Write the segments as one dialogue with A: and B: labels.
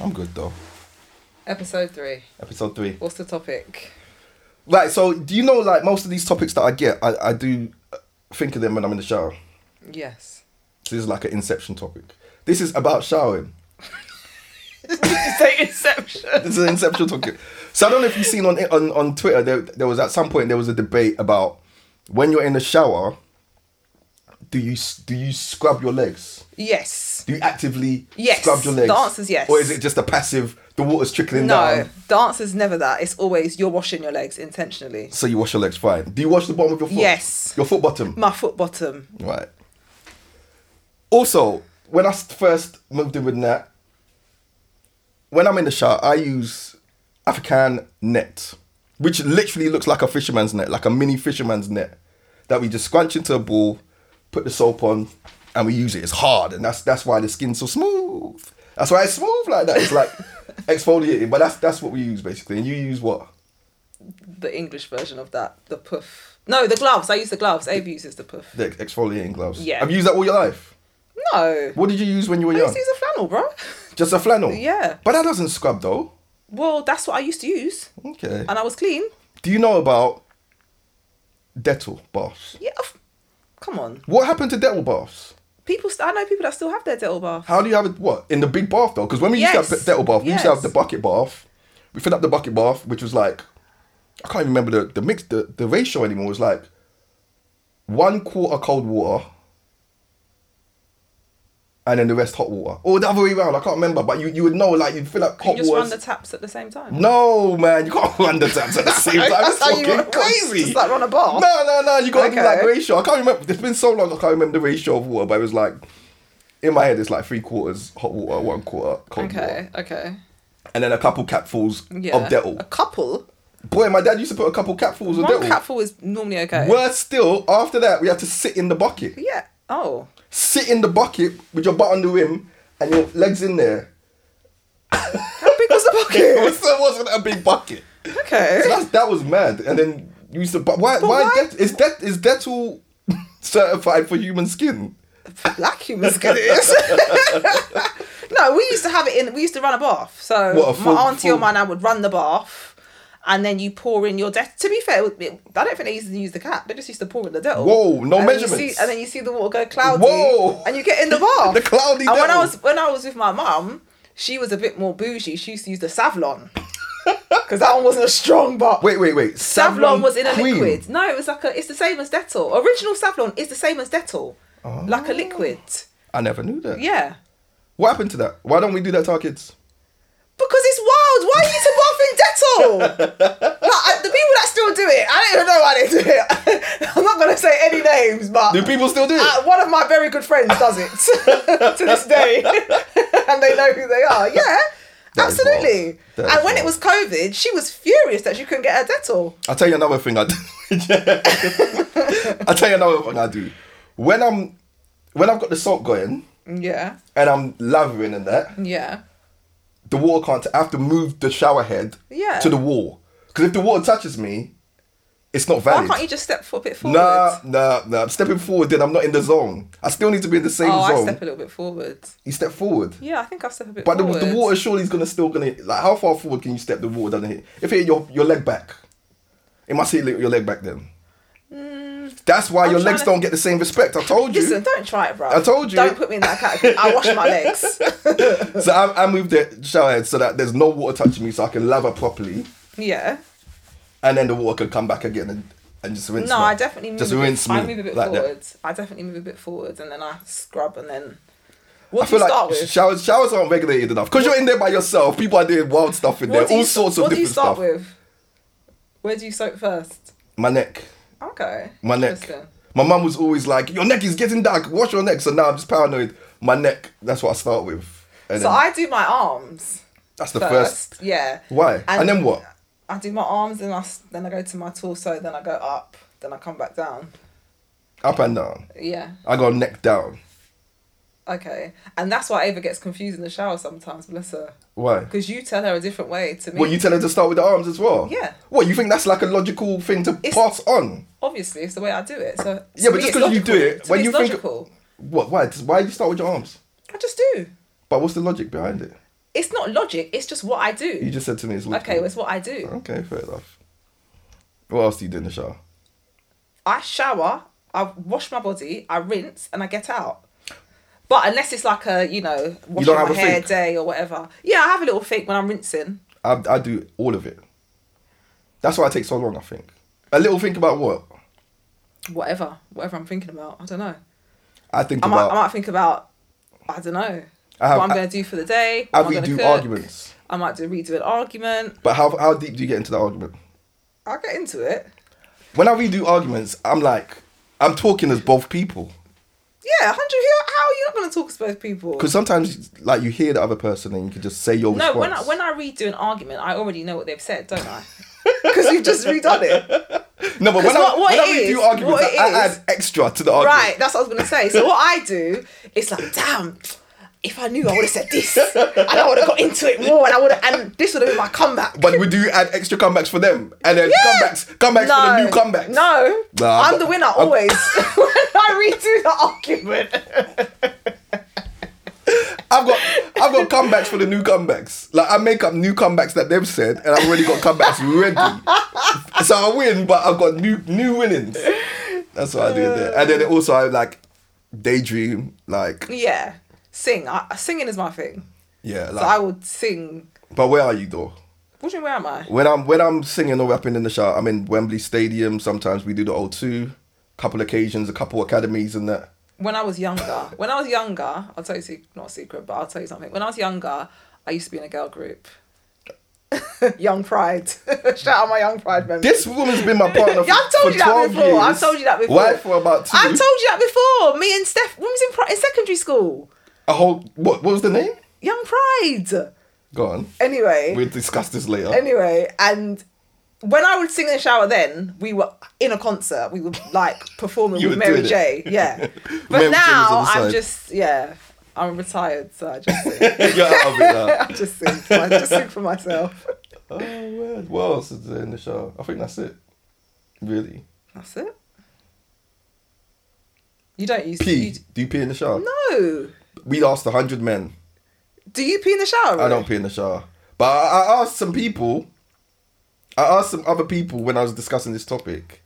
A: it though.
B: Episode three.
A: Episode three.
B: What's the topic?
A: Like, so do you know, like, most of these topics that I get, I, I do uh, think of them when I'm in the shower.
B: Yes.
A: So this is like an inception topic. This is about showering.
B: Say Inception.
A: This is an inception topic. So I don't know if you've seen on on, on Twitter, there, there was at some point, there was a debate about when you're in the shower, do you s- do you scrub your legs?
B: Yes.
A: Do you actively
B: Yes.
A: scrub your legs?
B: The answer's yes.
A: Or is it just a passive, the water's trickling
B: No,
A: down?
B: the answer's never that. It's always you're washing your legs intentionally.
A: So you wash your legs fine. Do you wash the bottom of your foot?
B: Yes.
A: Your foot bottom?
B: My foot bottom.
A: Right. Also, when I s- first moved in with Nat, when I'm in the shower, I use African net, which literally looks like a fisherman's net, like a mini fisherman's net, that we just scrunch into a ball, put the soap on, and we use it. It's hard, and that's that's why the skin's so smooth. That's why it's smooth like that. It's like exfoliating, but that's that's what we use basically. And you use what?
B: The English version of that. The puff. No, the gloves. I use the gloves. Abe uses the puff.
A: The exfoliating gloves.
B: Yeah.
A: Have you used that all your life?
B: No.
A: What did you use when you were
B: I
A: young?
B: used to use a flannel, bro.
A: Just a flannel.
B: Yeah.
A: But that doesn't scrub though.
B: Well, that's what I used to use,
A: Okay.
B: and I was clean.
A: Do you know about Dettol baths?
B: Yeah. of- Come on.
A: What happened to Dettol baths?
B: People. St- I know people that still have their dental bath.
A: How do you have it? What in the big bath though? Because when we used to have
B: Yes.
A: Dettol bath, we used to
B: Yes.
A: have the bucket bath. We filled up the bucket bath, which was like I can't even remember the the mix the, the ratio anymore. It was like one quarter cold water. And then the rest hot water, or the other way around. I can't remember, but you, you would know like you'd fill up hot
B: You just
A: water.
B: run the taps at the same time.
A: No, man, you can't run the taps at the same time. That's
B: That's how you
A: fucking
B: run-
A: crazy.
B: just like run a bar?
A: No, no, no. You got to do like
B: Okay.
A: ratio. I can't remember. It's been so long. I can't remember the ratio of water, but it was like in my head, it's like three quarters hot water, one quarter cold
B: Okay.
A: water,
B: Okay.
A: and then a couple capfuls
B: Yeah.
A: of
B: A
A: Dettol.
B: couple.
A: Boy, my dad used to put a couple capfuls of
B: One
A: Dettol.
B: capful is normally okay.
A: Worse still, after that, we had to sit in the bucket.
B: Yeah. Oh.
A: Sit in the bucket with your butt on the rim and your legs in there.
B: How big was the
A: It
B: bucket?
A: was- it wasn't a big bucket.
B: okay.
A: So that's, that was mad. And then you used to. But why? why,
B: why-
A: Det- is that is Dettol certified for human skin?
B: black human skin is. no, we used to have it in. We used to run a bath. So
A: What, a full-
B: my auntie
A: full-
B: or my nan would run the bath, and then you pour in your debt. To be fair, it, it- I don't think they used to use the cap. They just used to pour in the debt.
A: Whoa, no
B: and then you see-
A: measurements.
B: and then you see the water go cloudy.
A: Whoa.
B: And you get in the bath.
A: The cloudy
B: And when I
A: Dettol.
B: was when I was with my mum, she was a bit more bougie. She used to use the Savlon. Because that one wasn't a strong bath.
A: Wait, wait, wait.
B: Savlon was in a
A: cream.
B: liquid. No, it was like a. It's the same as Dettol. Original Savlon is the same as Dettol,
A: Oh.
B: like a liquid.
A: I never knew that.
B: Yeah,
A: What happened to that? Why don't we do that to our kids?
B: because it's wild. Why are you to bath in Dettol? like, I, the people that still do it, I don't even know why they do it. I'm not gonna say any names, but
A: Do people still do it?
B: uh, one of my very good friends does it to this day, and they know who they are. Yeah.
A: That is
B: Absolutely.
A: wild. That
B: And
A: is
B: when
A: wild.
B: it was COVID, she was furious that she couldn't get her Dettol.
A: I'll tell you another thing I do. I'll tell you another thing I do. When I'm when I've got the salt going
B: Yeah.
A: and I'm lathering and that,
B: Yeah.
A: the water can't. I have to move the shower head
B: Yeah.
A: to the wall because if the water touches me, it's not valid.
B: Why can't you just step for a bit forward?
A: Nah, nah, nah. I'm stepping forward, then I'm not in the zone. I still need to be in the same
B: oh, I
A: zone.
B: step a little bit forward.
A: you step forward.
B: Yeah, I think I step a bit
A: But the,
B: forward.
A: the water surely is gonna still gonna like how far forward can you step the water doesn't hit? If it hit your your leg back, it must hit your leg back then. That's why
B: Mm, I'm
A: your
B: trying
A: legs
B: to-
A: don't get the same respect. I told you.
B: Listen, don't try it, bro.
A: I told you.
B: Don't put me in that category. I wash my legs.
A: so I, I moved the shower head so that there's no water touching me, so I can lather properly,
B: Yeah.
A: and then the water can come back again and, and just rinse.
B: No,
A: me.
B: I definitely move.
A: just
B: a bit,
A: rinse me
B: I move a bit
A: like that.
B: forward. I definitely move a bit forward, and then I scrub, and then. What
A: I
B: do
A: feel
B: you start
A: like
B: with?
A: showers showers aren't regulated enough because you're in there by yourself. People are doing wild stuff in there,
B: what do you
A: all
B: st-
A: sorts of
B: What do you
A: different
B: start
A: stuff.
B: with? Where do you soak first?
A: My neck,
B: Okay.
A: my neck.
B: Interesting.
A: My mum was always like, "Your neck is getting dark. Wash your neck." So now I'm just paranoid. My neck. That's what I start with. And
B: So
A: then
B: I do my arms
A: that's the first.
B: first. Yeah.
A: Why? And,
B: And-
A: then what?
B: I do my arms, and I s- then I go to my torso, then I go up, then I come back down.
A: Up and down.
B: Yeah.
A: I go neck down.
B: Okay, and that's why Ava gets confused in the shower sometimes. Bless her,
A: Why?
B: because you tell her a different way to me.
A: What you tell her to start with the arms as well?
B: Yeah.
A: What you think that's like a logical thing to
B: It's-
A: pass on?
B: Obviously, it's the way I do it. So
A: Yeah,
B: to
A: but just
B: me it's
A: 'cause you do
B: logical.
A: it,
B: To
A: when
B: me
A: you
B: it's
A: think-
B: logical,
A: What? Why? Why do you start with your arms?
B: I just do.
A: But what's the logic behind it?
B: It's not logic. It's just what I do.
A: You just said to me it's logical.
B: okay, well, it's what I do.
A: Okay, fair enough. What else do you do in the shower?
B: I shower, I wash my body, I rinse, and I get out. But unless it's like a, you know, washing
A: have
B: my
A: a
B: hair
A: think?
B: day or whatever. Yeah, I have a little think when I'm rinsing.
A: I, I do all of it. That's why I take so long, I think. A little think about what?
B: Whatever. Whatever I'm thinking about. I don't know.
A: I think
B: I might,
A: about
B: I might think about, I don't know,
A: I have-
B: what I'm
A: I-
B: going to do for the day.
A: I
B: What am I
A: redo
B: gonna cook.
A: arguments.
B: I might do redo an argument.
A: But how, how deep do you get into the argument?
B: I'll get into it.
A: When I redo arguments, I'm like, I'm talking as both people.
B: Yeah, 100 here. How are you not going to talk to both people?
A: Because sometimes, like, you hear the other person and you can just say your
B: No,
A: response.
B: when I, when I redo an argument, I already know what they've said, don't I? Because you've just redone it.
A: no, but when
B: 'cause what-
A: I,
B: what
A: when I
B: it
A: redo
B: is-
A: arguments,
B: what it
A: I, I
B: is-
A: add extra to the argument.
B: Right, that's what I was going to say. So what I do, it's like, damn, if I knew, I would have said this. And I would have got into it more and I would have, and this would have been my comeback.
A: But we do add extra comebacks for them, and then comebacks, comebacks for the new comebacks.
B: No,
A: Nah,
B: I'm
A: but-
B: the winner
A: I'm-
B: always. when I redo the argument,
A: I've got I've got comebacks for the new comebacks. Like I make up new comebacks that they've said, and I've already got comebacks ready. So I win, but I've got new new winnings. That's what I do there. And then also I like daydream, like
B: yeah, sing. I, singing is my thing.
A: yeah,
B: So I
A: like.
B: would sing.
A: But where are you though?
B: What do you mean, where am I?
A: When I'm when I'm singing or rapping in the shower, I'm in Wembley Stadium. Sometimes we do the O2, couple occasions, a couple academies and that.
B: when I was younger, when I was younger, I'll tell you, a sec- not a secret, but I'll tell you something. When I was younger, I used to be in a girl group. young Pride. Shout out my Young Pride members.
A: This woman's been my partner for,
B: yeah, I've told
A: for 12
B: you that before.
A: years.
B: I've told you that before.
A: Why for about two?
B: I've told you that before. Me and Steph, when we was in, pri- in secondary school,
A: a whole what? What was the name?
B: Young Pride.
A: Go on.
B: Anyway,
A: We'll discuss this later.
B: anyway, and when I would sing in the shower, then we were in a concert. We were like performing
A: You
B: with
A: were
B: Mary
A: doing
B: J. Yeah, but
A: Mary J was
B: now
A: on the
B: I'm
A: side.
B: just yeah, I'm retired, so I just sing.
A: You're out of it now.
B: I just sing. For, I just sing for myself.
A: Oh man, what else is there in the show? I think that's it. Really?
B: That's it. You don't use
A: Pee?
B: You,
A: Do you pee in the shower?
B: no.
A: We asked a hundred men.
B: Do you pee in the shower?
A: I don't pee in the shower, but I, I asked some people. I asked some other people when I was discussing this topic,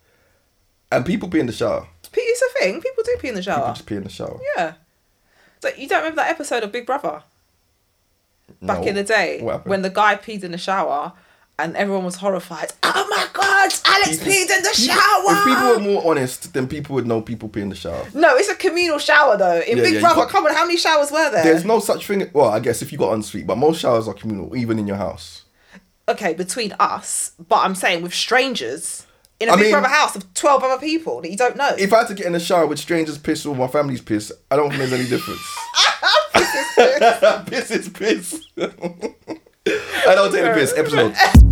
A: and people pee in the shower.
B: Pee is a thing. People do pee in the
A: People
B: shower.
A: just pee in the shower.
B: Ah. Yeah. So you don't remember that episode of Big Brother back
A: No.
B: in the day
A: What happened?
B: when the guy peed in the shower and everyone was horrified. Oh my god, Alex peed in the
A: If people
B: shower.
A: were more honest, then people would know people pee in the shower.
B: no, it's a communal shower though. In
A: Yeah,
B: Big
A: yeah, you
B: Brother,
A: can't-
B: come on, how many showers were there?
A: There's no such thing. Well, I guess if you got ensuite, but most showers are communal, even in your house.
B: okay, between us, but I'm saying with strangers in a
A: I
B: big
A: mean-
B: brother house of 12 other people that you don't know.
A: If I had to get in the shower with strangers' piss or my family's piss, I don't think there's any difference. piss is piss. and I'll take the piss episode.